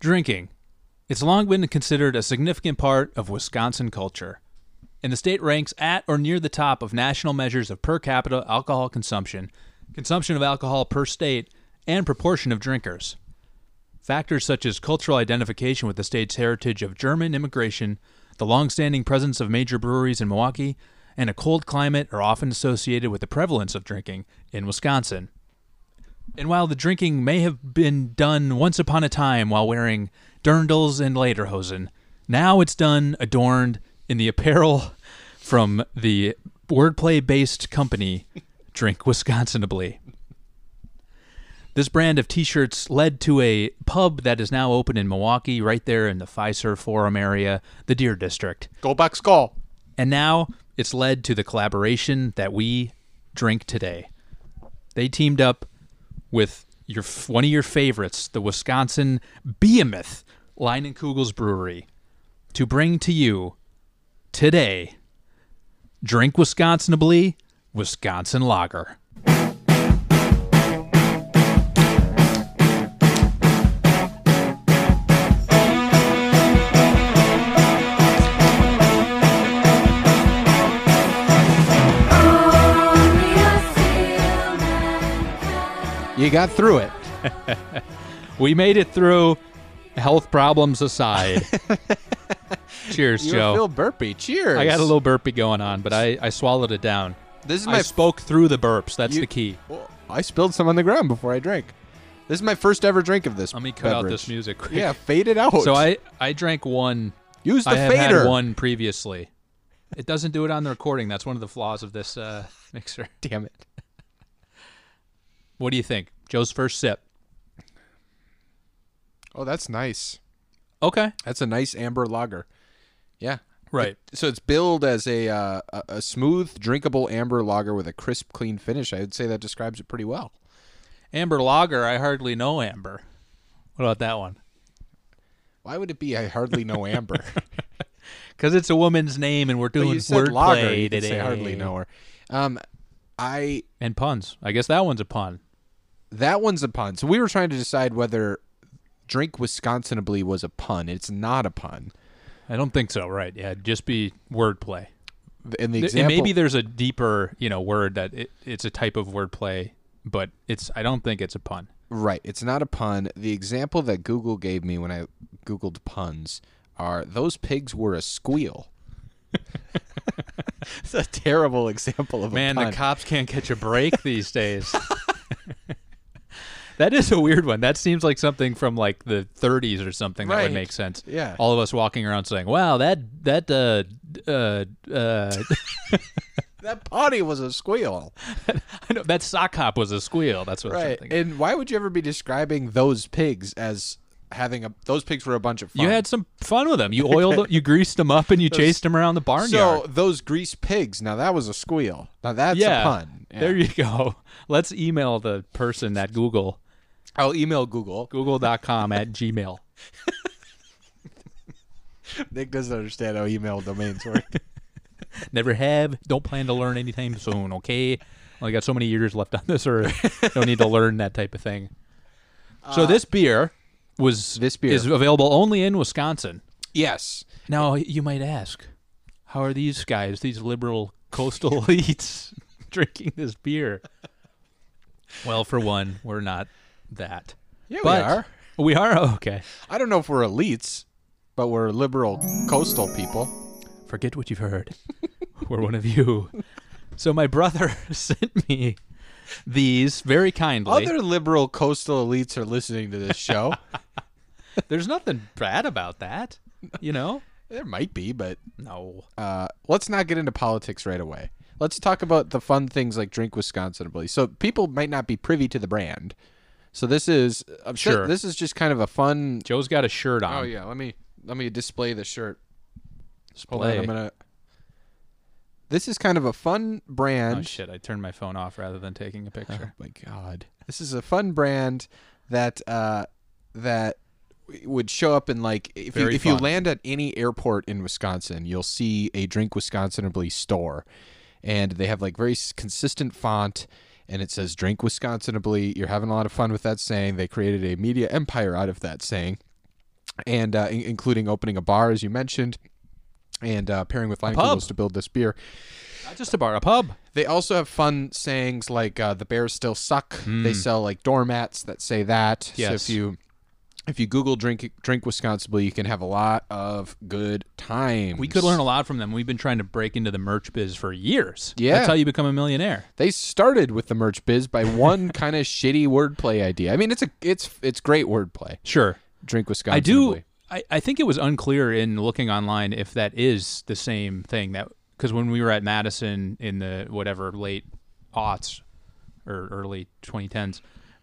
Drinking. It's long been considered a significant part of Wisconsin culture, and the state ranks at or near the top of national measures of per capita alcohol consumption, consumption of alcohol per state, and proportion of drinkers. Factors such as cultural identification with the state's heritage of German immigration, the long-standing presence of major breweries in Milwaukee, and a cold climate are often associated with the prevalence of drinking in Wisconsin. And while the drinking may have been done once upon a time while wearing dirndls and lederhosen, now it's done adorned in the apparel from the wordplay based company Drink Wisconsinably. This brand of t shirts led to a pub that is now open in Milwaukee, right there in the Pfizer Forum area, the Deer District. Go back skull. And now it's led to the collaboration that we drink today. They teamed up with your one of your favorites, the Wisconsin Behemoth Line Kugel's Brewery, to bring to you today Drink Wisconsinably Wisconsin Lager. You got through it. We made it through health problems aside. Cheers, You Joe. feel burpy. Cheers. I got a little burpee going on, but I, I swallowed it down. This is I my. spoke through the burps. That's You- the key. Oh, I spilled some on the ground before I drank. This is my first ever drink of this. Let me cut out beverage. this music quick. Yeah, fade it out. So I, I drank one. use the I have fader. had one previously. It doesn't do it on the recording. That's one of the flaws of this uh, mixer. Damn it. What do you think? Joe's first sip. Oh, that's nice. Okay. That's a nice amber lager. Yeah. Right. So it's billed as a uh, a, a smooth, drinkable amber lager with a crisp, clean finish. I would say that describes it pretty well. Amber Lager. I hardly know Amber. What about that one? Why would it be? I hardly know amber. Because it's a woman's name, and we're But doing you said wordplay lager. You could today. say hardly know her. Um, I And puns. I guess that one's a pun. that one's a pun. So we were trying to decide whether drink Wisconsinably was a pun. It's not a pun. I don't think so. Right? Yeah. it'd Just be wordplay. In the Th- example, And maybe there's a deeper, you know, word that it, it's a type of wordplay, but it's. I don't think it's a pun. Right. It's not a pun. The example that Google gave me when I Googled puns are those pigs were a squeal. it's a terrible example of Man, a the pun. cops can't catch a break these days. that is a weird one. That seems like something from like the 30s or something that Right. would make sense. Yeah. All of us walking around saying, "Wow, that that uh d- uh uh that potty was a squeal. I know that sock hop was a squeal." That's what I'm Right. thinking. And why would you ever be describing those pigs as having a those pigs were a bunch of fun? You had some fun with them. You oiled, 'em, you greased them up, and you chased them around the barnyard. so those grease pigs. Now that was a squeal. Now that's yeah, a pun. Yeah. there you go. Let's email the person that Google I'll email Google. google.com at gmail. Nick doesn't understand how email domains work. Never have. Don't plan to learn anytime soon, okay? Only got so many years left on this earth. Don't need to learn that type of thing. So this beer was Uh, This beer. is available only in Wisconsin. yes. Now you might ask, how are these guys, these liberal coastal elites, drinking this beer? Well, for one, we're not that. Yeah, But we are. We are Oh, okay. I don't know if we're elites, but we're liberal coastal people. forget what you've heard. We're one of you. So my brother sent me these very kindly. Other liberal coastal elites are listening to this show. There's nothing bad about that, you know? there might be, but No. uh, let's not get into politics right away. Let's talk about the fun things like Drink Wisconsinably. So people might not be privy to the brand. So this is I'm sure Sure. this is just kind of a fun. Joe's got a shirt on. Oh yeah, let me let me display the shirt. Hold Play. on, I'm gonna. This is kind of a fun brand. Oh, shit, I turned my phone off rather than taking a picture. Oh my god. This is a fun brand that uh that w- would show up in like if Very you if you fun. land at any airport in Wisconsin, you'll see a Drink Wisconsinably store. And they have like very s- consistent font and it says Drink Wisconsinably. You're having a lot of fun with that saying. They created a media empire out of that saying. and uh, in- including opening a bar, as you mentioned, and uh, pairing with Lion pub. Kugels to build this beer. Not just a bar, a pub. They also have fun sayings like uh, "the bears still suck." They sell like doormats that say that. So Hmm. Yes. if you if you Google drink drink Wisconsinably, you can have a lot of good times. We could learn a lot from them. We've been trying to break into the merch biz for years. Yeah. That's how you become a millionaire. They started with the merch biz by one kind of shitty wordplay idea. I mean, it's a it's it's great wordplay. Sure. Drink Wisconsin. I do. I, I think it was unclear in looking online if that is the same thing that because when we were at Madison in the whatever late aughts or early 2010s,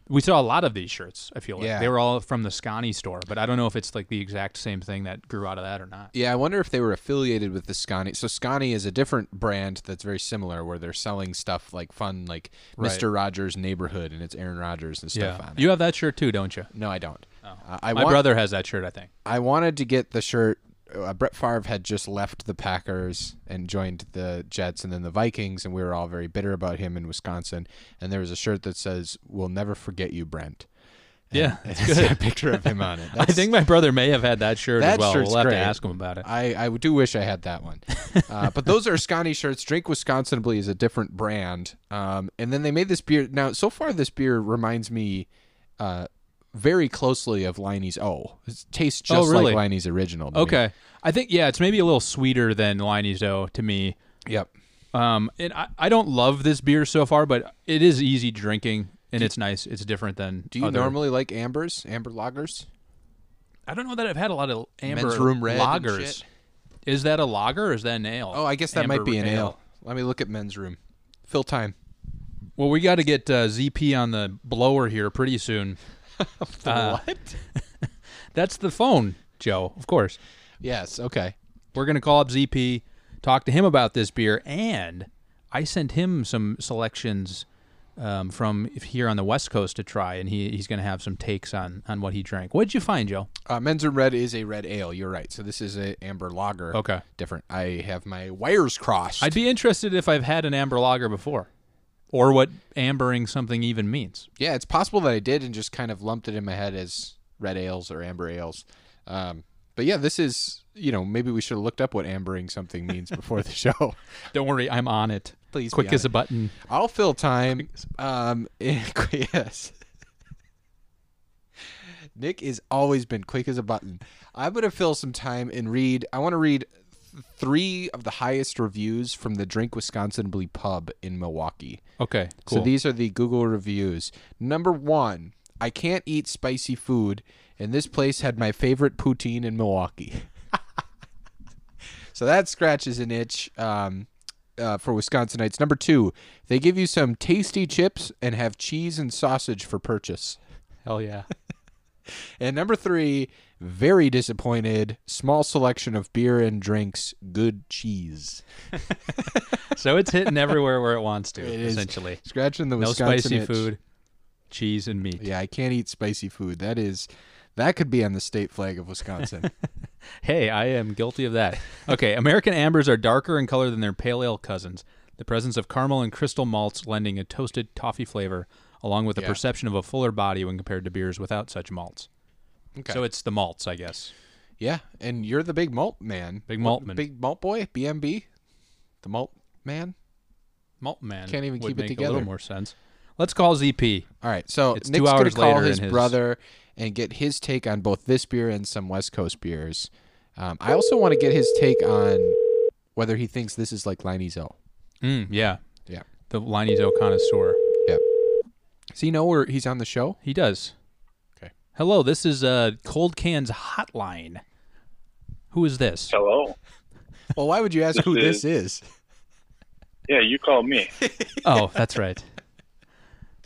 we saw a lot of these shirts. I feel like Yeah. they were all from the Scani store, but I don't know if it's like the exact same thing that grew out of that or not. Yeah, I wonder if they were affiliated with the Scani. So Scani is a different brand that's very similar, where they're selling stuff like fun, like Right. Mister Rogers' Neighborhood, and it's Aaron Rodgers and stuff on it. you have that shirt too, don't you? no, I don't. Uh, I My want, brother has that shirt, I think. I wanted to get the shirt. Uh, Brett Favre had just left the Packers and joined the Jets and then the Vikings, and we were all very bitter about him in Wisconsin. And there was a shirt that says, "We'll never forget you, Brent." Yeah, And it's it's good. got a picture of him on it. I think my brother may have had that shirt as That well. shirt's We'll have great. to ask him about it. I, I do wish I had that one. Uh, but those are Scotty shirts. Drink Wisconsinably is a different brand. Um, and then they made this beer. Now, so far, this beer reminds me uh, very closely of Liney's O. It tastes Oh, just really? like Liney's original. to me. Okay, I think yeah, it's maybe a little sweeter than Liney's O to me. Yep. Um, and I, I don't love this beer so far, but it is easy drinking and it's nice. It's different than Do you other- normally like ambers, amber lagers? I don't know that I've had a lot of amber Men's Room Red and lagers. shit? Is that a lager or is that an ale? Oh, I guess that Amber might be an ale. Let me look at men's room. Fill time. Well, we got to get uh, ZP on the blower here pretty soon. Uh, what? That's the phone, Joe. Of course, Yes. Okay. we're gonna call up ZP, talk to him about this beer, and I sent him some selections. Um, from here on the West Coast to try, and he, he's going to have some takes on on what he drank. What'd you find, Joe? Uh, Men's Room Red is a red ale. You're right. So this is a amber lager. Okay. Different. I have my wires crossed. I'd be interested if I've had an amber lager before, or what ambering something even means. Yeah, it's possible that I did and just kind of lumped it in my head as red ales or amber ales. Um, but yeah, this is, you know, maybe we should have looked up what ambering something means before the show. Don't worry, I'm on it. Please be quick on as a button. I'll fill time. Um, yes. Nick has always been quick as a button. I'm going to fill some time and read. I want to read th- three of the highest reviews from the Drink Wisconsin Blee pub in Milwaukee. Okay, cool. So these are the Google reviews. Number one, I can't eat spicy food, and this place had my favorite poutine in Milwaukee. so that scratches an itch um, uh, for Wisconsinites. Number two, they give you some tasty chips and have cheese and sausage for purchase. Hell yeah. And number three, very disappointed, small selection of beer and drinks, good cheese. so it's hitting everywhere where it wants to, It is. essentially. Scratching the No Wisconsin spicy itch. food, cheese and meat. Yeah, I can't eat spicy food. That is, that could be on the state flag of Wisconsin. Hey, I am guilty of that. Okay, American ambers are darker in color than their pale ale cousins. The presence of caramel and crystal malts lending a toasted toffee flavor, along with the Yeah. perception of a fuller body when compared to beers without such malts. Okay. So it's the malts, I guess. yeah, and you're the big malt man. Big What- maltman. Big malt boy, BMB. The malt man. Malt man Can't even would keep it make A together. little more sense. Let's call ZP. All right, so It's two Nick's going to hours call later his, in his- brother and get his take on both this beer and some West Coast beers. Um, I also want to get his take on whether he thinks this is like Liney's O. Mm, yeah, Yeah. the Liney's O connoisseur. Yep. Does he know where he's on the show? He does. Okay. Hello, this is uh, Cold Cans Hotline. Who is this? Hello. Well, why would you ask who This this is? Yeah, you called me. Oh, that's right.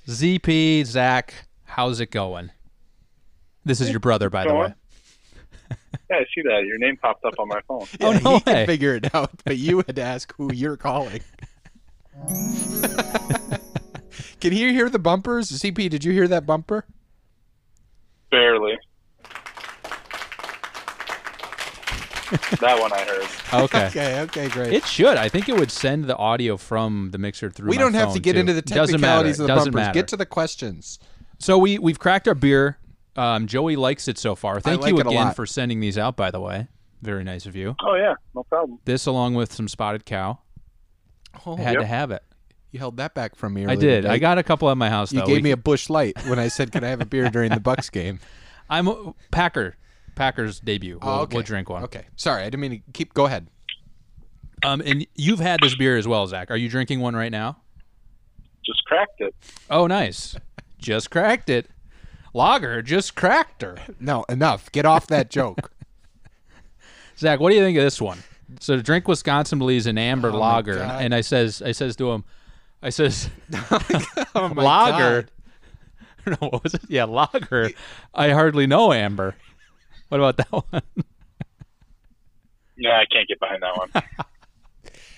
ZP Zach, how's it going? This is your brother, by the way. Going. Yeah, I see that. Your name popped up on my phone. Oh, Yeah, no he way. could figure it out, but you had to ask who you're calling. Can you hear the bumpers? CP, did you hear that bumper? Barely. that one I heard. Okay. Okay, okay, great. It should. I think it would send the audio from the mixer through. we my don't have phone, to get too. into the Doesn't matter. technicalities of the Doesn't bumpers. matter. Get to the questions. So we we've cracked our beer. Um, Joey likes it so far. Thank like you it a again lot. for sending these out, by the way. Very nice of you. Oh yeah, no problem. This, along with some spotted cow, Oh, I had Yep. to have it. you held that back from me. I earlier did. today. I got a couple at my house. You though. gave We- me a bush light when I said, "Can I have a beer during the Bucks game?" I'm a Packer. Packers debut. We'll, Oh, okay. we'll drink one. Okay. Sorry, I didn't mean to keep. Go ahead. Um, and you've had this beer as well, Zach. Are you drinking one right now? Just cracked it. Oh, nice. Just cracked it. Lager just cracked her. No, enough. Get off that joke. Zach, what do you think of this one? So, drink Wisconsin believes an amber lager, and, Oh, God. and I says, I says to him, I says, oh my lager. God. no, what was it? Yeah, lager. I hardly know amber. What about that one? Yeah, I can't get behind that one.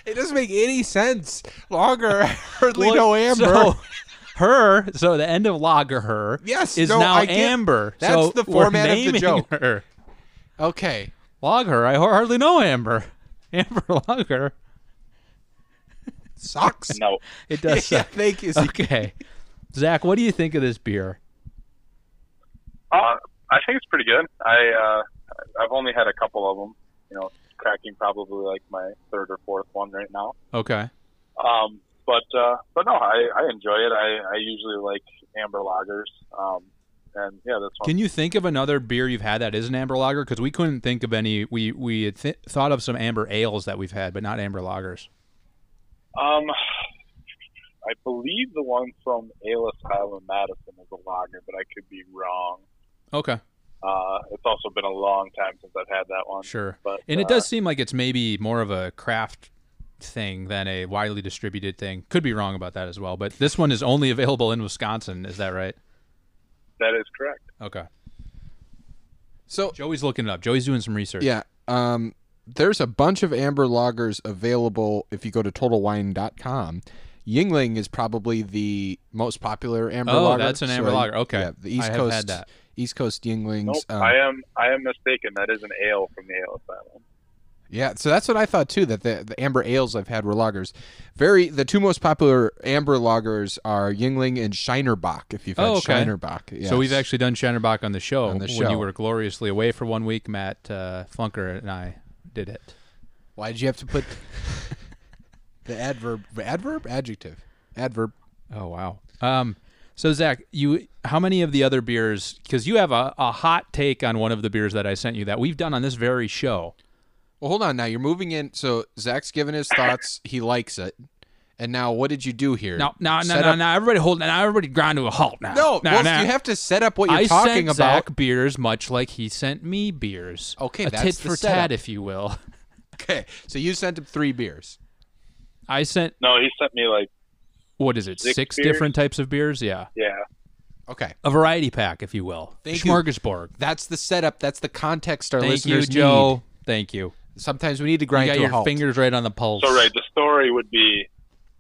It doesn't make any sense. Lager. Hardly know Amber. So, her, so the end of lager her, Yes, is no, now I get- amber. that's So the we're format of the naming joke. Her. okay. Lager. I hardly know Amber. Amber Lager. Sucks. No, It does. yeah, suck. thank you. Okay. Zach, what do you think of this beer? uh, I think it's pretty good. I uh, I've only had a couple of them. You know, cracking probably like my third or fourth one right now. Okay. Um, but uh, but no, I, I enjoy it. I, I usually like amber lagers. Um, and yeah, this one. Can you think of another beer you've had that is an amber lager? Because we couldn't think of any. We we had th- thought of some amber ales that we've had, but not amber lagers. Um, I believe the one from Alice Island, Madison, is a lager, but I could be wrong. Okay, Uh, it's also been a long time since I've had that one. sure. But And it uh, does seem like it's maybe more of a craft thing than a widely distributed thing. Could be wrong about that as well. But this one is only available in Wisconsin. Is that right? That is correct. Okay. So Joey's looking it up. Joey's doing some research. yeah, um, there's a bunch of amber lagers available if you go to totalwine.com. Yingling is probably the most popular amber Oh, lager. that's an amber lager. Okay. yeah, the East I have Coast had that. East Coast Yinglings. Nope, uh, um, I am I am mistaken. That is an ale from the Alice Island. Yeah, so that's what I thought too. That the, the amber ales I've had were lagers. Very the two most popular amber lagers are Yingling and Shinerbach. If you've had Oh, okay. Shinerbach, yes. So we've actually done Shatterbach on the show. On When the show. you were gloriously away for one week, Matt uh, Flunker and I did it. Why did you have to put the adverb? Adverb? Adjective? Adverb? Oh wow. Um, so Zach, you how many of the other beers? Because you have a, a hot take on one of the beers that I sent you that we've done on this very show. Well, hold on. Now you're moving in. So Zach's given his thoughts. He likes it. And now what did you do here? No, no, no, Set no, up- no. Everybody hold. Now everybody grind to a halt. Now, No, now, well, now. you have to set up what you're I talking sent about. Zach beers much like he sent me beers. Okay, a that's tit the for setup. tat, if you will. Okay, so you sent him three beers. I sent No, he sent me like what is it? Six, Six beers? different types of beers. Yeah, yeah. Okay, a variety pack, if you will. Thank you. Smorgasbord. that's the setup. That's the context our Thank you, listeners need. Joe. Thank you. Sometimes we need to You grind got to a your halt. fingers right on the pulse. So right, the story would be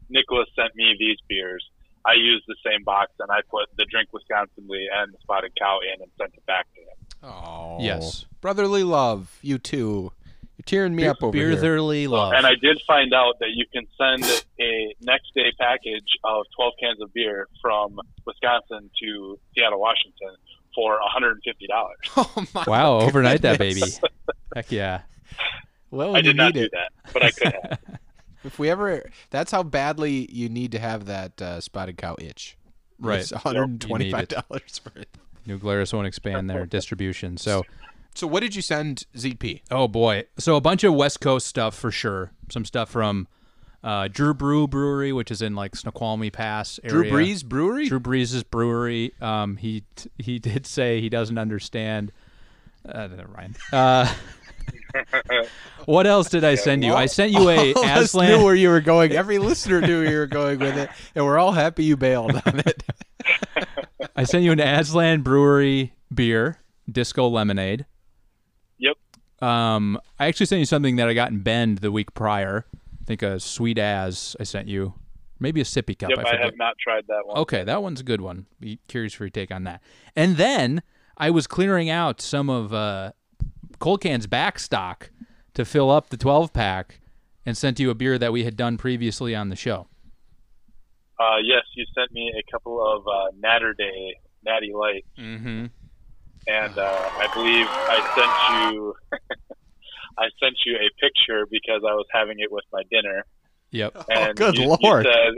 Nicholas sent me these beers. I used the same box and I put the drink Wisconsinly and the spotted cow in and sent it back to him. Oh, Yes. brotherly love. You too. You're tearing me up over Beer here. thoroughly love. And I did find out that you can send a next day package of 12 cans of beer from Wisconsin to Seattle, Washington for $150. Oh my! Wow, overnight that baby. Heck yeah. Well, Oh, I you did not need do it. that, but I could have. If we ever, that's how badly you need to have that uh, spotted cow itch. Right. It's 125 You dollars for it. New Glarus won't expand their distribution. So, So what did you send ZP? oh boy. So, a bunch of West Coast stuff for sure. Some stuff from uh, Drew Brew Brewery, which is in like Snoqualmie Pass Drew area. Brees Brewery. Drew Brees' brewery. Um, he he did say he doesn't understand. Uh, never mind. Uh, what else did I send you? I sent you a all of us Aslan. knew where you were going. Every listener knew where you were going with it, and we're all happy you bailed on it. I sent you an Aslan Brewery beer, Disco Lemonade. Yep. Um, I actually sent you something that I got in Bend the week prior. I think a sweet as I sent you, maybe a sippy cup. Yep, I I, forget. have not tried that Oh. one. Okay, that one's a good one. Be curious for your take on that. And then I was clearing out some of uh, Colcan's back stock to fill up the 12 pack, and sent you a beer that we had done previously on the show. Uh, yes, you sent me a couple of uh, Natter Day Natty Light Mm-hmm. and uh, I believe I sent you. I sent you a picture because I was having it with my dinner. Yep. And good you, Lord. You said,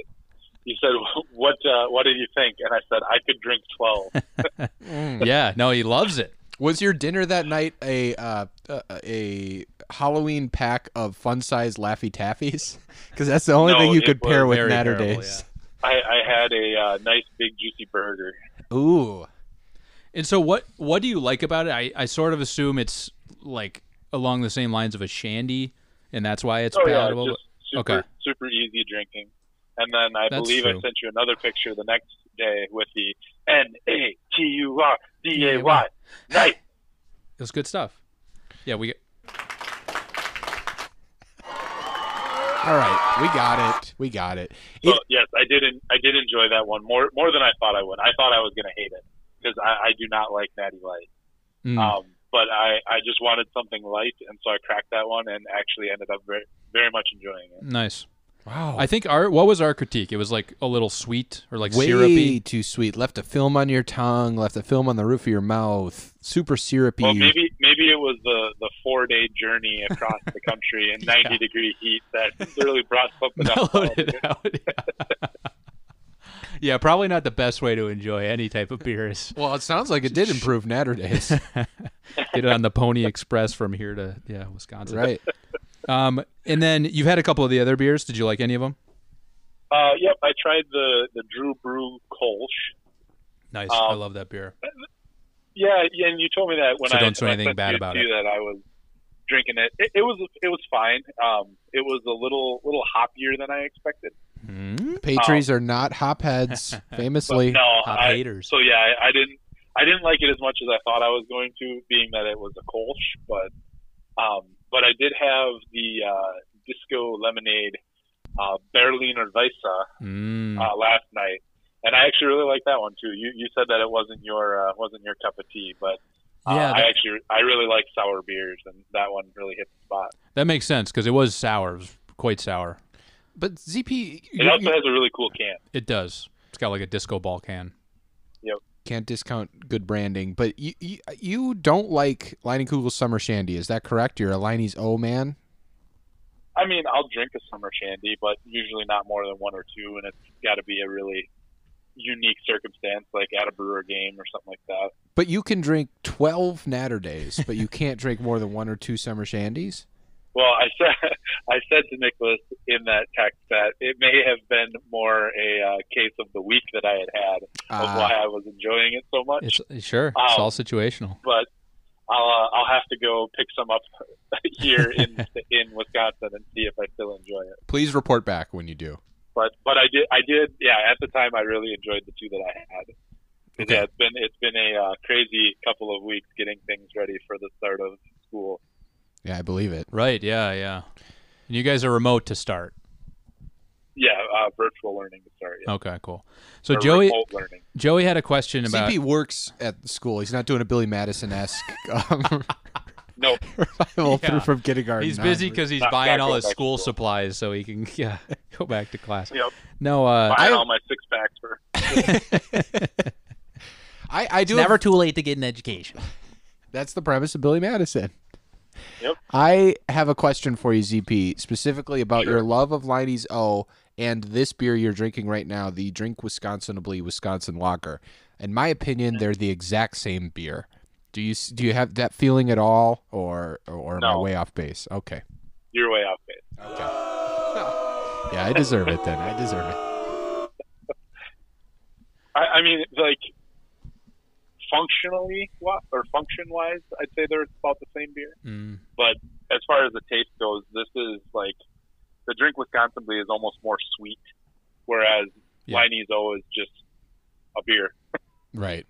you said what? Uh, what did you think? And I said I could drink twelve. Yeah. No, he loves it. Was your dinner that night a uh, uh, a Halloween pack of fun size Laffy Taffies? Because that's the only No, thing you it could pair was with very Natter terrible, Days. I, I had a uh, nice big juicy burger. Ooh, And so, what what do you like about it? I, I sort of assume it's like along the same lines of a shandy, and that's why it's Oh yeah, palatable. just super okay. super easy drinking. And then I That's believe I true. sent you another picture the next day with the N A T U R D A Y night. It was good stuff. Yeah, we all right, we got it, we got it. It- Well, yes, I did. en- I did enjoy that one more more than I thought I would. I thought I was going to hate it because I, I do not like Natty Light. mm, Um, but I, I just wanted something light, and so I cracked that one and actually ended up very very much enjoying it. nice. wow, I think our what was our critique? It was like a little sweet or like way syrupy. too sweet. Left a film on your tongue. Left a film on the roof of your mouth. Super syrupy. Well, maybe maybe it was the, the four day journey across the country in ninety degree heat that really brought something up. Mellowed it out. Yeah. yeah, probably not the best way to enjoy any type of beer is Well, it sounds like it did improve Natter Days, get it on the Pony Express from here to yeah Wisconsin. right? Um, and then you've had a couple of the other beers. Did you like any of them? Uh, yep, I tried the the Drew Brew Kolsch. Nice. I Um, love that beer. Yeah, yeah, and you told me that when So I don't say when I anything sent bad you about to it. you That I was drinking it. It, it was it was fine. Um, it was a little little hoppier than I expected. Mm? Patriots are not hopheads, But famously. no, Hop I, haters. So yeah, I, I didn't I didn't like it as much as I thought I was going to, being that it was a Kolsch, but um, but I did have the uh, disco lemonade uh, Berliner Weisse Mm. uh, last night, and I actually really liked that one too. You you said that it wasn't your uh, wasn't your cup of tea, but uh, Yeah, I that- actually I really like sour beers, and that one really hit the spot. That makes sense because it was sour. It was quite sour. But ZP, It you- also you has a really cool can. It does. It's got like a disco ball can. can't discount good branding. But you you, you don't like Leinenkugel's Summer Shandy, is that correct? You're a Liney's O man. I mean, I'll drink a summer shandy, but usually not more than one or two, and it's got to be a really unique circumstance, like at a brewer game or something like that. But you can drink twelve Natter Days, but you can't drink more than one or two Summer Shandies. Well, I said I said to Nicholas in that text that it may have been more a uh, case of the week that I had had of Ah. why I was enjoying it so much. It's sure. It's all Um, situational. but I'll uh, I'll have to go pick some up here in in Wisconsin and see if I still enjoy it. Please report back when you do. But but I did I did yeah at the time I really enjoyed the two that I had. 'Cause, Yeah, it's been it's been a uh, crazy couple of weeks getting things ready for the start of school. Yeah, I believe it. Right. Yeah. Yeah. And you guys are remote to start. Yeah, uh, virtual learning to start. Yeah. Okay. Cool. Oh, So Or Joey remote learning. Joey had a question about CP works at the school. He's not doing a Billy Madison esque um, No, revival Yeah. through from kindergarten. He's busy onward. because he's Not- buying not all going his back to school school. supplies so he can yeah go back to class. you know, No, uh, buying I- all my six packs for I, I do have- Never too late to get an education. That's the premise of Billy Madison. Yep. I have a question for you, ZP, specifically about your love of Liney's O and this beer you're drinking right now, the Drink Wisconsinably Wisconsin Lager. In my opinion, they're the exact same beer. Do you s- do you have that feeling at all, or or am I No. way off base? Okay. your way off base. Yeah, I deserve it then. I deserve it. I, I mean, like functionally wa- or function wise, I'd say they're about the same beer. mm, But as far as the taste goes, this is like the drink Wisconsin Blue is almost more sweet, whereas Yeah. Liney's O is just a beer. Right.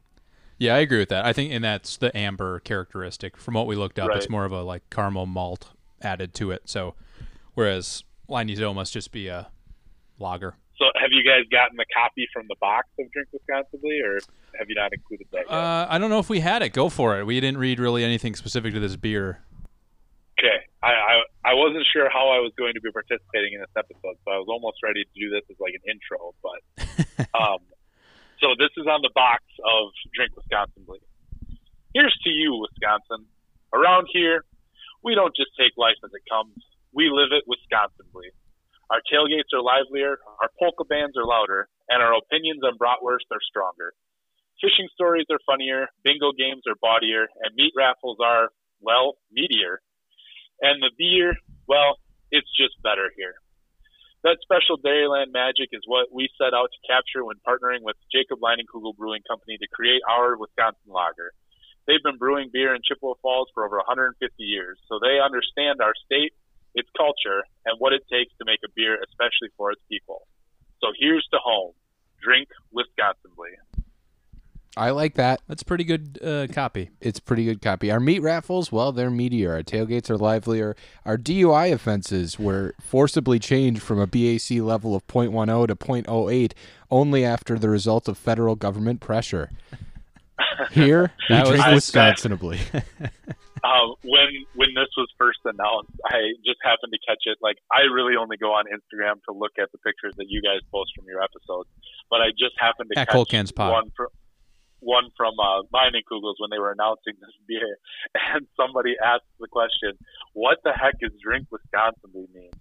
yeah, I agree with that. I think, and that's the amber characteristic. From what we looked up, it's Right. more of a like caramel malt added to it. So, whereas Liney's O must just be a lager. So, have you guys gotten the copy from the box of Drink Wisconsin Blue, or have you not included that yet? Uh, I don't know if we had it. Go for it. We didn't read really anything specific to this beer. okay, I, I I wasn't sure how I was going to be participating in this episode, so I was almost ready to do this as like an intro, but um, so this is on the box of Drink Wisconsin Blue. here's to you, Wisconsin. Around here, we don't just take life as it comes. We live it Wisconsinly. Our tailgates are livelier, our polka bands are louder, and our opinions on bratwurst are stronger. Fishing stories are funnier, bingo games are bawdier, and meat raffles are, well, meatier. And the beer, well, it's just better here. That special Dairyland magic is what we set out to capture when partnering with Jacob Leinenkugel Brewing Company to create our Wisconsin lager. They've been brewing beer in Chippewa Falls for over 150 years, so they understand our state, its culture, and what it takes to make a beer, especially for its people. So here's to home. Drink Wisconsinly. I like that. That's pretty good uh, copy. It's pretty good copy. Our meat raffles, well, they're meatier. Our tailgates are livelier. Our DUI offenses were forcibly changed from a BAC level of 0.10 to 0.08 only after the result of federal government pressure. Here, we That was- drink I- Wisconsinably. Um, when when this was first announced, I just happened to catch it. Like I really only go on Instagram to look at the pictures that you guys post from your episodes, but I just happened to At catch Cold Cans Pod. one from one from uh, mine and Kugels when they were announcing this beer, and somebody asked the question, "What the heck is drink Wisconsin mean?"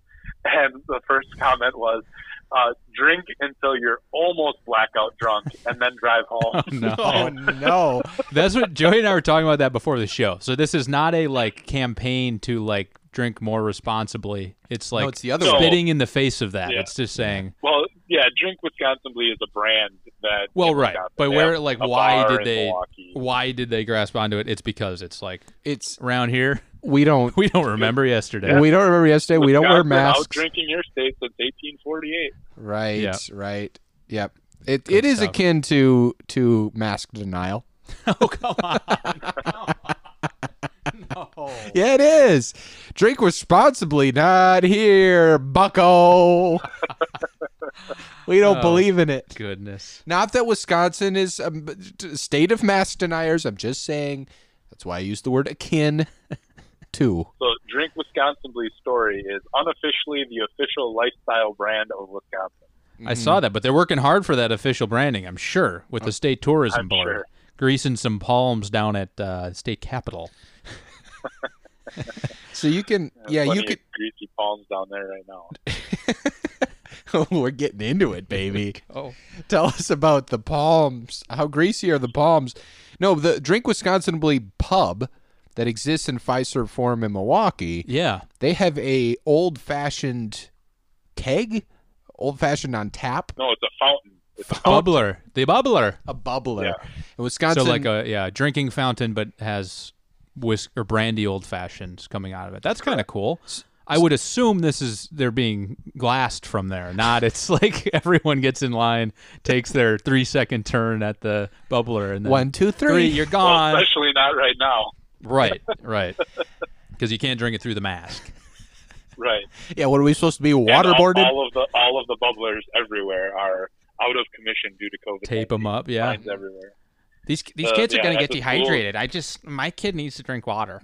And the first comment was, uh, "Drink until you're almost blackout drunk, and then drive home." Oh, No. Oh, no. That's what Joey and I were talking about that before the show. So this is not a like campaign to like drink more responsibly. It's like it's the other way. spitting in the face of that. Yeah. It's just saying, Well, yeah, Drink Wisconsin Blee is a brand that. well, in right, Wisconsin, but they where have like a why bar did in they Milwaukee. why did they grasp onto it? It's because it's like It's, around here we don't. we don't remember yesterday. We don't remember yesterday. We don't wear Wisconsin out masks. drinking your state since 1848. Right. Yeah. Right. Yep. It, it is stuff. akin to to mask denial. oh come on, come on. No. Yeah, it is. Drink responsibly, not here, bucko. we don't Oh. believe in it. Goodness. Not that Wisconsin is a m- t- state of mask deniers. I'm just saying that's why I use the word akin to. So, Drink Wisconsin Blee's story is unofficially the official lifestyle brand of Wisconsin. I saw that, but they're working hard for that official branding, I'm sure, with the state tourism I'm board. sure. Greasing some palms down at uh, state capitol. So you can, yeah, Plenty you of could. greasy palms down there right now. oh, We're getting into it, baby. Oh, Tell us about the palms. How greasy are the palms? No, the Drink Wisconsin Bleed pub that exists in Fiserv Forum in Milwaukee. yeah. They have a old fashioned keg, old fashioned on tap, No, it's a fountain. It's a fountain. Bubbler, the bubbler. a bubbler. Yeah. In Wisconsin, so like a yeah drinking fountain, but has whisk or brandy old fashions coming out of it. That's kind of cool. I would assume this is they're being glassed from there. Not it's like everyone gets in line, takes their three second turn at the bubbler, and then one, two, three. three, you're Well, gone. especially not right now. right, right. Because you can't drink it through the mask. Right. yeah, what are we supposed to be And all- waterboarded? All, of the all of the bubblers everywhere are out of commission due to COVID. Tape them up, yeah. Lines everywhere. These these Uh, kids are yeah, gonna get that's a cool- dehydrated. I just my kid needs to drink water.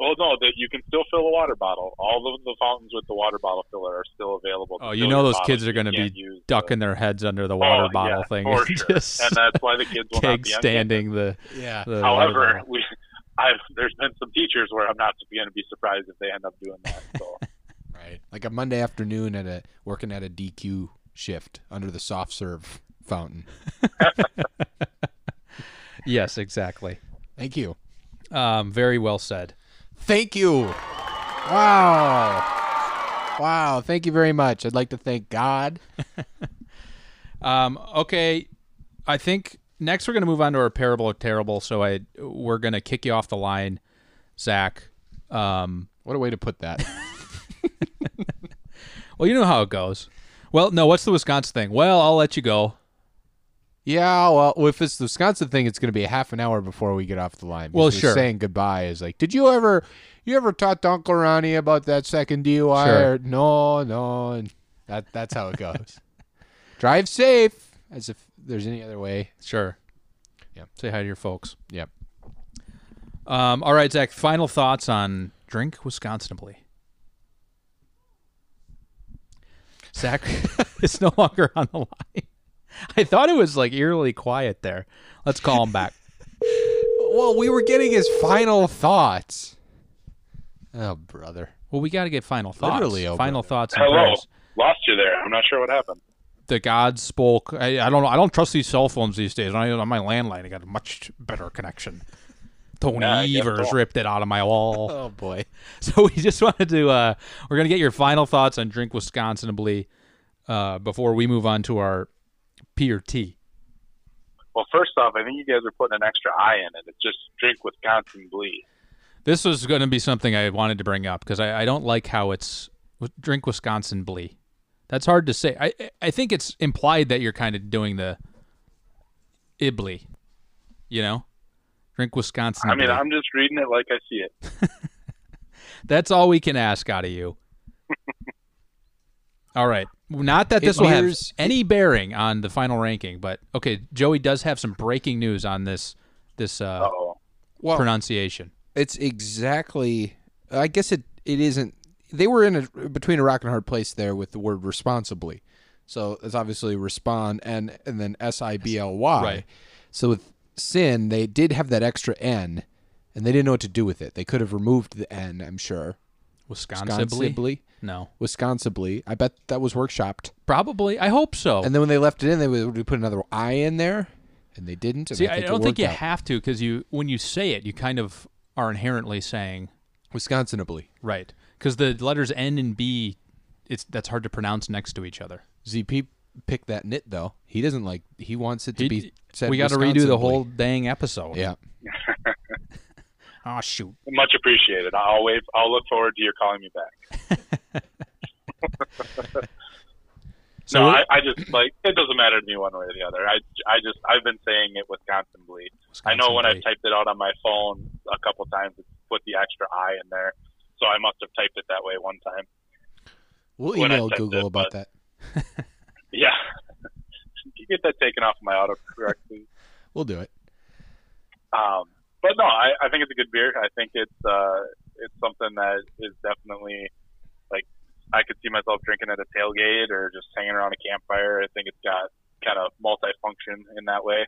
Well, no, that you can still fill a water bottle. All of the fountains with the water bottle filler are still available. Oh, to you fill know your those bottles. kids are You gonna can't be use the- ducking their heads under the Oh, water yeah, bottle thing, for and sure. just and that's why the kids will not keg be on standing the yeah. the water campus. However, bottle. we, I've, there's been some teachers where I'm not going to be surprised if they end up doing that. So, Right. Like a Monday afternoon at a working at a DQ shift under the soft serve fountain. yes, exactly. Thank you. Um, very well said. Thank you. Wow. Wow. Thank you very much. I'd like to thank God. Um, okay, I think next we're gonna move on to our parable or terrible. So I we're gonna kick you off the line, Zach. Um, What a way to put that. well, you know how it goes. Well, no, what's the Wisconsin thing? Well, I'll let you go. yeah, well, if it's the Wisconsin thing, it's going to be a half an hour before we get off the line. Well, because sure. Saying goodbye is like, did you ever, you ever talk to Uncle Ronnie about that second DUI? Sure. Or, no, no. And that that's how it goes. Drive safe, as if there's any other way. Sure. Yeah. Say hi to your folks. Yep. Um, all right, Zach. Final thoughts on drink Wisconsinably. Zach is no longer on the line. I thought it was like eerily quiet there. Let's call him back. Well, we were getting his final thoughts. Oh, brother. Well, we got to get final thoughts. Literally, oh, final brother. thoughts. And Hello, prayers. lost you there. I'm not sure what happened. The gods spoke. I, I don't know. I don't trust these cell phones these days. I, on my landline, I got a much better connection. Tony Yeah, I guess Evers so. ripped it out of my wall. Oh boy. So we just wanted to uh we're gonna get your final thoughts on Drink Wisconsinably uh before we move on to our P or T. Well, first off, I think you guys are putting an extra I in it. It's just drink Wisconsin Blee. This was gonna be something I wanted to bring up because I, I don't like how it's Drink Wisconsin Blee. That's hard to say. I I think it's implied that you're kind of doing the Ibly, you know, Drink Wisconsin. I mean, I'm just reading it like I see it. That's all we can ask out of you. all right. Not that this will have Here's- any bearing on the final ranking, but okay, Joey does have some breaking news on this this uh, Oh, Well, pronunciation. it's exactly. I guess it it isn't. They were in a between a rock and a hard place there with the word responsibly. So it's obviously respond and and then S I B L Y. Right. So with sin, they did have that extra N, and they didn't know what to do with it. They could have removed the N, I'm sure. Wisconsin. Responsibly. No. Wisconsinably. I bet that was workshopped. Probably. I hope so. And then when they left it in, they would would put another I in there, and they didn't. And See, I, I, think it don't think worked you out. have to cuz you when you say it, you kind of are inherently saying Wisconsinably. right cuz the letters N and B it's that's hard to pronounce next to each other. ZP picked that nit though. He doesn't like. He wants it to be. Said we got to redo the Wisconsinably. whole dang episode. Yeah. Oh shoot. much appreciated. I'll wait. I'll look forward to your calling me back. So no, I, I just like it doesn't matter to me one way or the other. I, I just I've been saying it Wisconsin Blee. I know when I've Wisconsinably. typed it out on my phone a couple times, it's put the extra I in there. So I must have typed it that way one time. We'll When I email typed Google it, about but- that. Yeah. Can you get that taken off my autocorrect, please? We'll do it. Um, but no, I, I think it's a good beer. I think it's uh, it's something that is definitely like I could see myself drinking at a tailgate or just hanging around a campfire. I think it's got kind of multifunction in that way.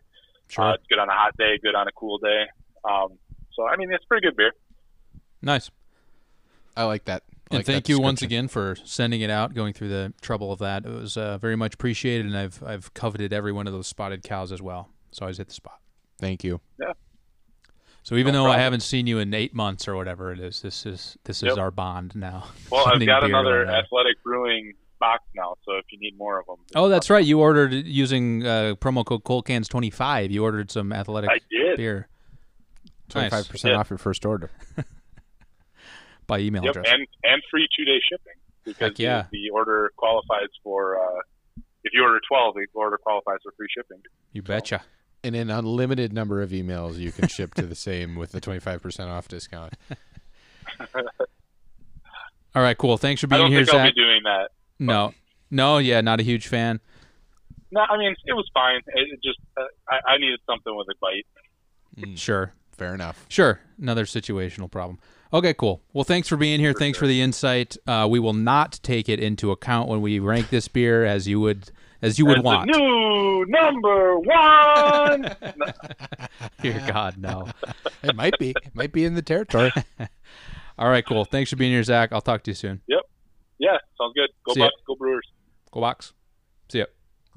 Uh, it's good on a hot day, good on a cool day. Um, so I mean, it's a pretty good beer. nice. I like that. I and like thank that you once description. again for sending it out, going through the trouble of that. It was uh, very much appreciated, and I've I've coveted every one of those spotted cows as well. So I always hit the spot. Thank you. So even No though I problem. haven't seen you in eight months or whatever it is, this is this is Yep. our bond now. Well, I've Sending got beer another around. athletic brewing box now, so if you need more of them, Oh, that's right. You ordered using uh, promo code Colcans twenty five. You ordered some athletic I did. beer Twenty Nice. five percent Yeah. off your first order. by email Yep, address. and and free two day shipping because Heck yeah. the, the order qualifies for uh, if you order twelve, the order qualifies for free shipping. You betcha. And an unlimited number of emails you can ship to the same with the twenty five percent off discount. All right, cool. Thanks for I being don't here, think I'll Zach. be doing that. No, no, yeah, not a huge fan. No, I mean it was fine. It, it just uh, I, I needed something with a bite. Hmm. Sure. Fair enough. Sure, another situational problem. Okay, cool. Well, thanks for being here. thanks for the insight. Uh, we will not take it into account when we rank this beer as you would as you would As the want. new number one. Dear God, no. It might be. It might be in the territory. All right, cool. Thanks for being here, Zach. I'll talk to you soon. yeah, sounds good. Go See ya. Bucks, go Brewers. Go box. See ya.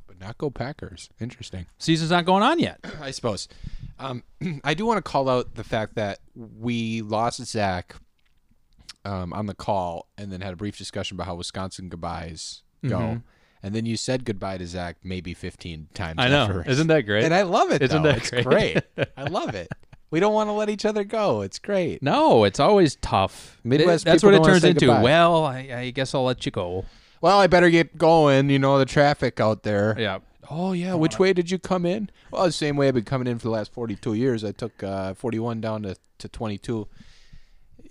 But not go Packers. Interesting. Season's not going on yet. I suppose. Um, I do want to call out the fact that we lost Zach um, on the call and then had a brief discussion about how Wisconsin goodbyes go. Mhm. And then you said goodbye to Zach maybe 15 times. I know. afterwards. Isn't that great? And I love it. Isn't though. that it's great? I love it. We don't want to let each other go. It's great. no, it's always tough. Midwest That's people what it don't wanna turns say into. goodbye. Well, I, I guess I'll let you go. Well, I better get going. You know the traffic out there. Yeah. Oh yeah. Which way did you come in? Well, the same way I've been coming in for the last forty-two years. I took uh, forty-one down to, to twenty-two.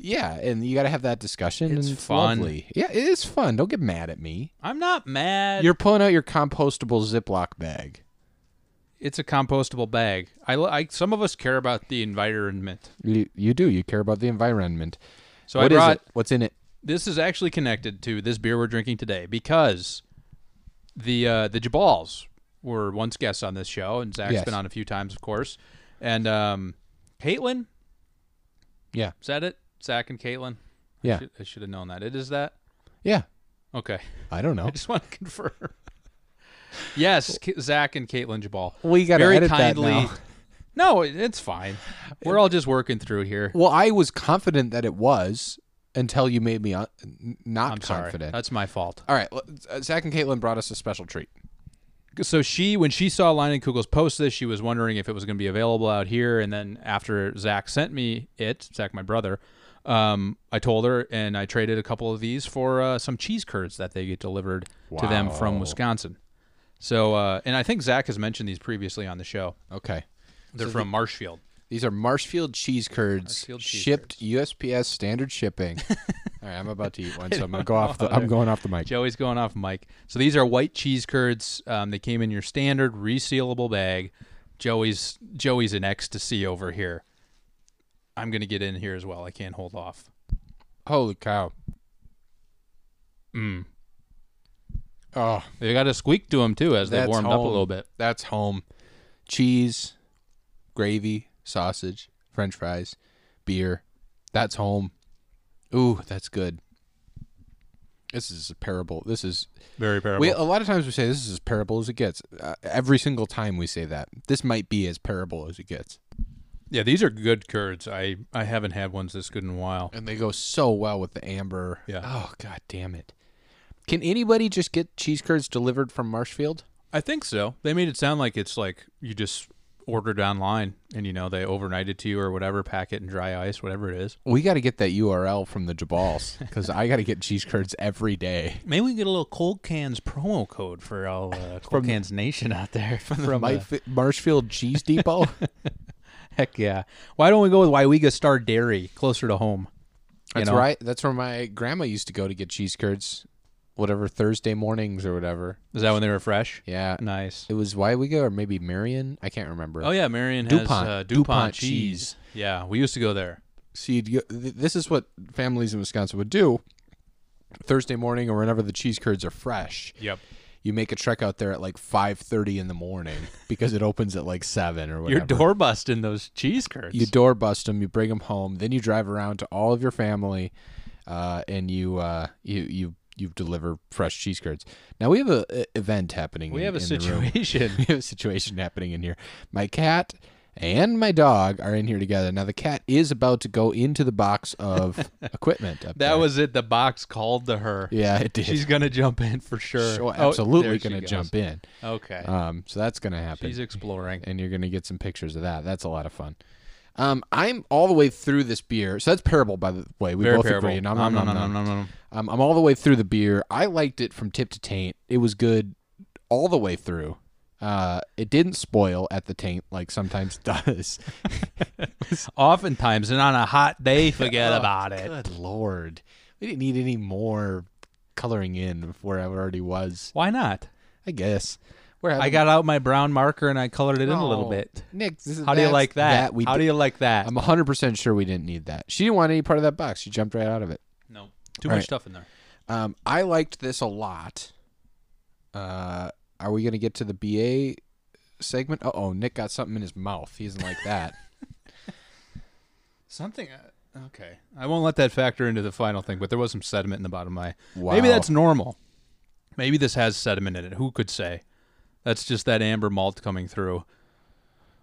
Yeah, and you got to have that discussion. It's and it's fun. Lovely. Yeah, it is fun. Don't get mad at me. I'm not mad. You're pulling out your compostable Ziploc bag. it's a compostable bag. I, li- I some of us care about the environment. You, you do. You care about the environment. So What I is brought it? What's in it? this is actually connected to this beer we're drinking today because the uh, the Jabals were once guests on this show, and Zach's Yes. been on a few times, of course. And um, Caitlin? Yeah. Is that it? Zach and Caitlin? Yeah. I should, I should have known that. It is that? Yeah. Okay. I don't I know. just want to confirm. yes, K- Zach and Caitlin Jabal. We got Very kindly. No, it- it's fine. We're all just working through here. Well, I was confident that it was until you made me un- n- not I'm sorry. confident. That's my fault. All right, well, uh, Zach and Caitlin brought us a special treat. So she, when she saw Line and Kugel's post this, she was wondering if it was going to be available out here. And then after Zach sent me it, Zach, my brother, um, I told her, and I traded a couple of these for uh, some cheese curds that they get delivered to them from Wow. Wisconsin. So, uh, and I think Zach has mentioned these previously on the show. Okay. They're from Marshfield. These are Marshfield cheese curds, Marshfield cheese shipped USPS standard shipping. All right, I'm about to eat one, so I'm gonna go off. The, I'm going off the mic. Joey's going off mic. So these are white cheese curds. Um, they came in your standard resealable bag. Joey's Joey's in ecstasy over here. I'm gonna get in here as well. I can't hold off. Holy cow! Mm. Oh, They got a squeak to them too as they That's warmed up a home. little bit. that's home. Cheese, gravy, sausage, French fries, beer. That's home. Ooh, that's good. This is a parable. This is Very parable. we, a lot of times we say this is as parable as it gets. Uh, every single time we say that, this might be as parable as it gets. yeah, these are good curds. I I haven't had ones this good in a while. and they go so well with the amber. Yeah. Oh god damn it! Can anybody just get cheese curds delivered from Marshfield? I think so. They made it sound like it's like you just ordered online and you know they overnight it to you or whatever, pack it in dry ice, whatever it is. We got to get that URL from the Jabals because I got to get cheese curds every day. Maybe we can get a little Cold Cans promo code for all uh, Cold Cans Nation out there. From, My uh, fi- Marshfield Cheese Depot. heck yeah. Why don't we go with Wyega Star Dairy closer to home? You That's know? right. That's where my grandma used to go to get cheese curds, whatever Thursday mornings or whatever. Is that when they were fresh? Yeah, Nice. it was why we go or maybe Marion. I can't remember. Oh yeah, Marion has DuPont. uh, DuPont, DuPont cheese. cheese. Yeah, we used to go there. So you'd go, th- this is what families in Wisconsin would do Thursday morning or whenever the cheese curds are fresh. Yep. you make a trek out there at like 5.30 in the morning because it opens at like 7 or whatever. You're door busting those cheese curds. you door bust them, you bring them home, then you drive around to all of your family uh, and you, uh, you you you deliver fresh cheese curds. Now we have a, a event happening. we in- have a in the room. situation. we have a situation happening in here. My cat and my dog are in here together. Now the cat is about to go into the box of equipment. Up that there. was it. The box called to her. yeah, it did. She's gonna jump in for sure. Sure, Oh, absolutely there she going to goes. jump in. Okay. Um, so that's going to happen. She's exploring. and you're gonna get some pictures of that. That's a lot of fun. Um, I'm all the way through this beer, so that's parable. By the way, we Very both parable. agree. Nom, Nom, nom, nom, nom. nom, nom. Um, I'm all the way through the beer. I liked it from tip to taint. It was good all the way through. Uh, it didn't spoil at the taint like sometimes does. Oftentimes, and on a hot day, forget about it. Good lord, we didn't need any more coloring in of where I already was. Why not? I guess. Where I got out my brown marker and I colored it in a little Um, Oh, bit. Nick. This is, How do you that's- like that? we Um, How do you like that? I'm 100% sure we didn't need that. She didn't want any part of that box. She jumped right out of it. no, too All much right. stuff in there. Um, I liked this a lot. Uh, are we going to get to the BA segment? Uh oh, Nick got something in his mouth. He doesn't like that. Something. Uh, okay, I won't let that factor into the final thing. But there was some sediment in the bottom of my. Wow. Maybe that's normal. Maybe this has sediment in it. Who could say? That's just that amber malt coming through.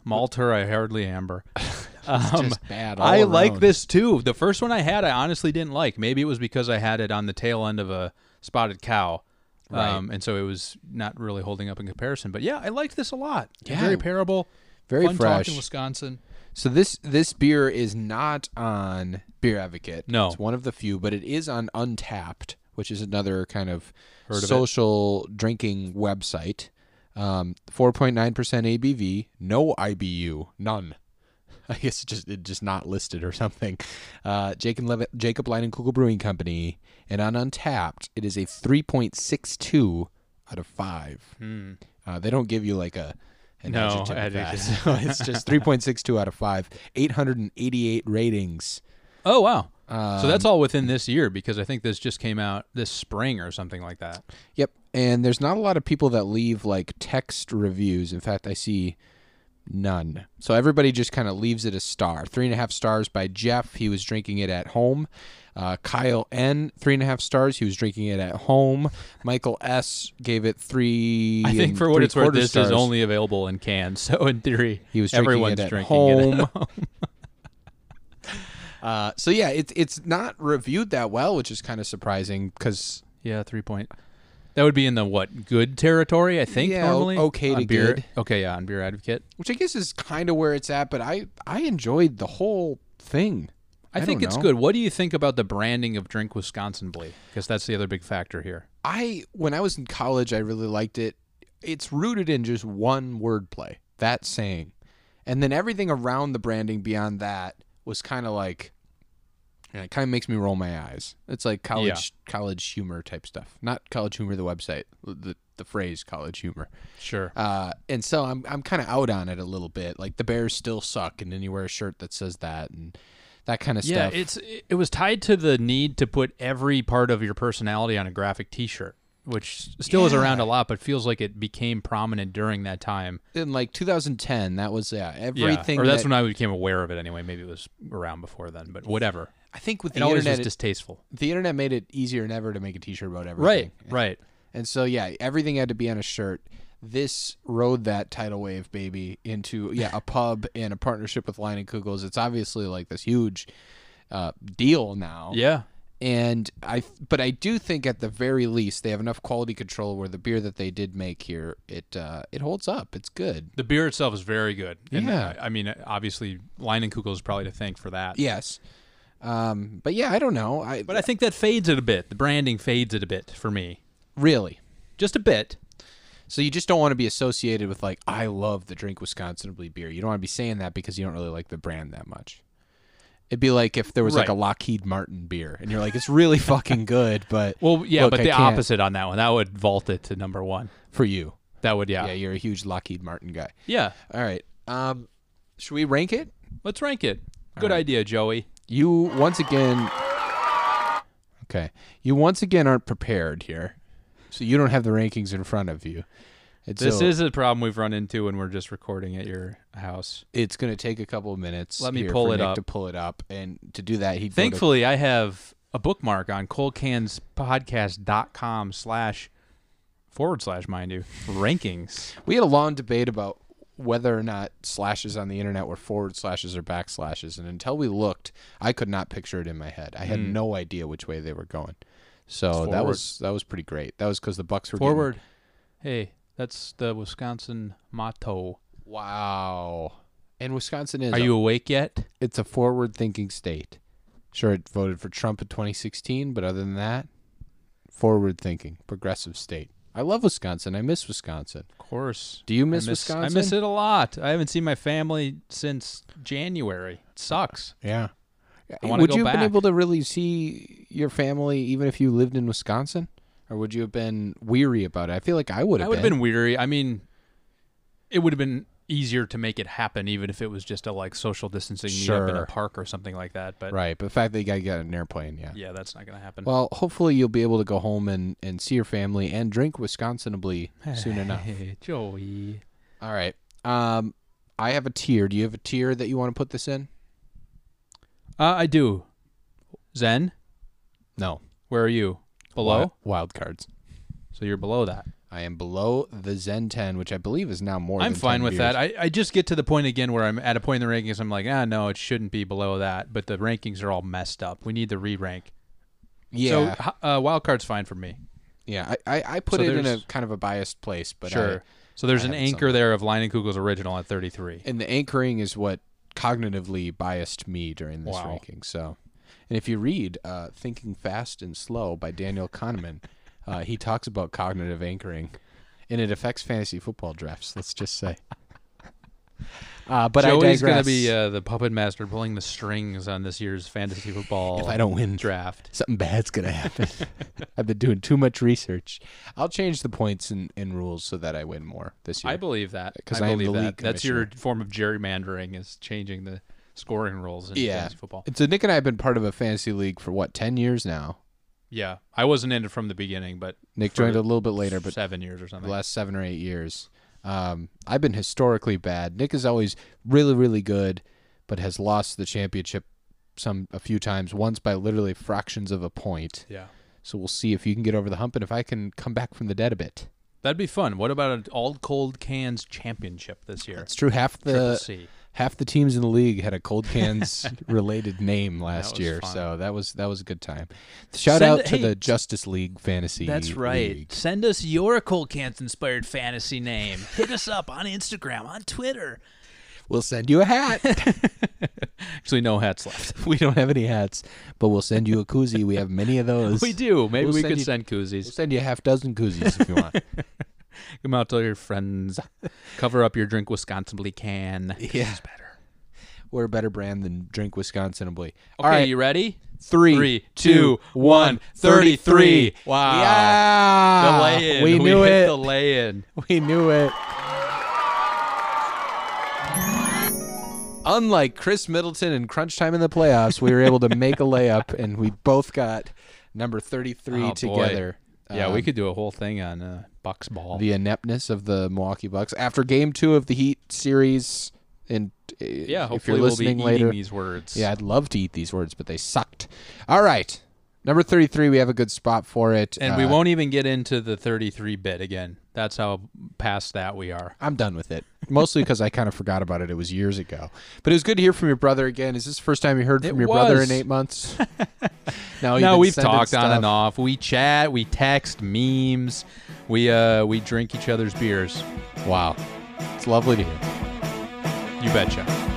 Malter, I hardly amber. Um, just bad. all I like around. this too. The first one I had, I honestly didn't like. Maybe it was because I had it on the tail end of a spotted cow, um, and so it was not really holding up in comparison. But yeah, I liked this a lot. Yeah. very parable, Very fun fresh. talk in Wisconsin. So this this beer is not on Beer Advocate. No. it's one of the few, but it is on Untapped, which is another kind of Heard of it. social drinking website. Um, four point nine percent ABV, no IBU, none. I guess it just it just not listed or something. Uh, Jacob Lev- Jacob Line and Kugel Brewing Company, and on Untapped, it is a three point six two out of five. Uh, they don't give you like a an No, adjective. of that. adjective. So it's just 3.62 out of 5, 888 ratings. Oh wow! so Um, that's all within this year because I think this just came out this spring or something like that. Yep. And there's not a lot of people that leave like text reviews. In fact, I see None. So everybody just kind of leaves it a star. Three and a half stars by Jeff. He was drinking it at home. Uh, Kyle N, three and a half stars. He was drinking it at home. Michael S gave it three. I think and for what it's worth, three-quarter this stars. is only available in cans. So in theory, He was drinking everyone's it at drinking it. home. at home. Uh, so yeah, it's it's not reviewed that well, which is kind of surprising because yeah, three point. That would be in the what good territory, I think. Yeah, o- normally, okay to on beer. good. Okay, yeah, on beer advocate. which I guess is kind of where it's at. But I I enjoyed the whole thing. I, don't think it's know. good. What do you think about the branding of Drink Wisconsin Blade? Because that's the other big factor here. I when I was in college, I really liked it. It's rooted in just one wordplay, that saying, and then everything around the branding beyond that was kind of like, and it kind of makes me roll my eyes. It's like college college humor type stuff, not college humor the website, the the phrase college humor. Sure. Uh, and so I'm I'm kind of out on it a little bit. Like the Bears still suck, and then you wear a shirt that says that and that kind of Yeah, stuff. it's it- it was tied to the need to put every part of your personality on a graphic T-shirt, which still is around a lot, but feels like it became prominent during that time. in like 2010, that was yeah Yeah, everything. or that's that- when I became aware of it. Anyway, maybe it was around before then, but whatever. I think with It the always internet, was distasteful. the internet made it easier than ever to make a T-shirt about Right, everything. right. And so yeah, everything had to be on a shirt. This rode that tidal wave baby into yeah a pub and a partnership with Lion and Kugels. It's obviously like this huge uh, deal now. Yeah, and I but I do think at the very least they have enough quality control where the beer that they did make here it uh, it holds up. It's good. the beer itself is very good. And Yeah. I, I mean, uh, obviously, Line and Kugel is probably to thank for that. Yes. Um, but yeah, I don't know. I, But I think that fades it a bit. The branding fades it a bit for me, really. just a bit. So you just don't want to be associated with like I love the drink Wisconsin Blue beer. You don't want to be saying that because you don't really like the brand that much. It'd be like if there was like Right. a Lockheed Martin beer and you're like it's really fucking good, but Well, yeah, Look, but I the can't- opposite on that one. That would vault it to number one. for you. That would, yeah, Yeah, you're a huge Lockheed Martin guy. yeah. All right. Um, should we rank it? Let's rank it. Good idea, Joey. you once again okay you once again aren't prepared here so you don't have the rankings in front of you And This so is a problem we've run into when we're just recording at your house. it's going to take a couple of minutes Let me here pull for it Nick up. to pull it up and to do that he'd go to- Thankfully, I have a bookmark on coldcanspodcast.com slash forward slash, mind you, rankings. we had a long debate about whether or not slashes on the internet were forward slashes or back slashes and until we looked i could not picture it in my head i had no idea which way they were going so that Hmm. forward. was that was pretty great that was because the bucks were getting- Forward. Hey, that's the Wisconsin motto. wow and wisconsin is Are a you awake yet? it's a forward thinking state. Sure, it voted for Trump in 2016, but other than that, forward thinking, progressive state. I love Wisconsin. I miss Wisconsin. Of course. Do you I miss, I Wisconsin? miss it a lot. I haven't seen my family since January. It sucks. Yeah. I wanna would go you have back. been able to really see your family even if you lived in Wisconsin? Or would you have been weary about it? I feel like I would I have would been. have been weary. I mean, it would have been easier to make it happen, even if it was just a like social distancing meetup in a Sure. park or something like that. But Right, but the fact that you got to get on an airplane, yeah. yeah, that's not going to happen. Well, hopefully you'll be able to go home and, and see your family and drink Wisconsinably soon enough. Hey, Joey. All right. Um, I have a tier. Do you have a tier that you want to put this in? Uh, I do. Zen, No. where are you? Below. Wild, wild cards. So you're below that. I am below the Zen 10, which I believe is now more. I'm than fine 10 with beers. that. I, I just get to the point again where I'm at a point in the rankings. I'm like, ah, no, it shouldn't be below that. But the rankings are all messed up. We need to re-rank. yeah, So h- uh, wild card's fine for me. yeah. I, I, I put So it in a there's- kind of a biased place, but sure. so there's I an have it anchor there of Line and Kugel's original at 33. I, and the anchoring is what cognitively biased me during this Wow. ranking. So, and if you read uh, "Thinking Fast and Slow" by Daniel Kahneman, uh, he talks about cognitive anchoring, and it affects fantasy football drafts. Let's just say. Uh, but Joey's I digress. gonna be uh, the puppet master pulling the strings on this year's fantasy football if I don't win, uh, draft. something bad's gonna happen. I've been doing too much research. I'll change the points and, and rules so that I win more this year. I believe that 'Cause I I am the believe that. league That's your form of gerrymandering is changing the scoring rules in yeah. fantasy football. And so Nick and I have been part of a fantasy league for what ten years now. Yeah, I wasn't in it from the beginning, but Nick For joined a little bit later, but seven years or something. the last seven or eight years. Um, I've been historically bad. Nick is always really, really good, but has lost the championship some a few times. Once by literally fractions of a point. Yeah. So we'll see if you can get over the hump and if I can come back from the dead a bit. That'd be fun. What about an all cold cans championship this year? It's true. Half Triple the C. half the teams in the league had a cold cans related name last was year, fun. so that was that was a good time. Shout Send- out to hey, the Justice League Fantasy. That's right. League. Send us your cold cans inspired fantasy name. Hit us up on Instagram, on Twitter. We'll send you a hat. Actually, no hats left. we don't have any hats, but we'll send you a koozie. We have many of those. We do. Maybe We'll we send could you- send koozies. We'll send you a half dozen koozies if you want. Come out, tell your friends. Cover up your drink Wisconsinly can. yeah, better. We're a better brand than Drink Wisconsinably. All All right, right, you ready? three, three, two, two, one, one, 33. thirty-three. Wow. Yeah. the lay in. We knew hit it. The lay in. We knew it. Unlike Chris Middleton and crunch time in the playoffs, we were able to make a layup, and we both got number 33 Oh, boy. together. Yeah, we Um, could do a whole thing on uh, Bucks ball. The ineptness of the Milwaukee Bucks after Game Two of the Heat series, and uh, yeah, if you're hopefully we'll be listening eating later, these words. yeah, I'd love to eat these words, but they sucked. All right, number 33, we have a good spot for it, And we Uh, won't even get into the 33 bit again. That's how past that we are. I'm done with it. Mostly because I kind of forgot about it. It was years ago. But it was good to hear from your brother again. Is this the first time you heard from It your brother was. in eight months? no, No, been we've sending talked on stuff. and off. We chat, we text, memes, we uh, we drink each other's beers. Wow. It's lovely to hear. You betcha.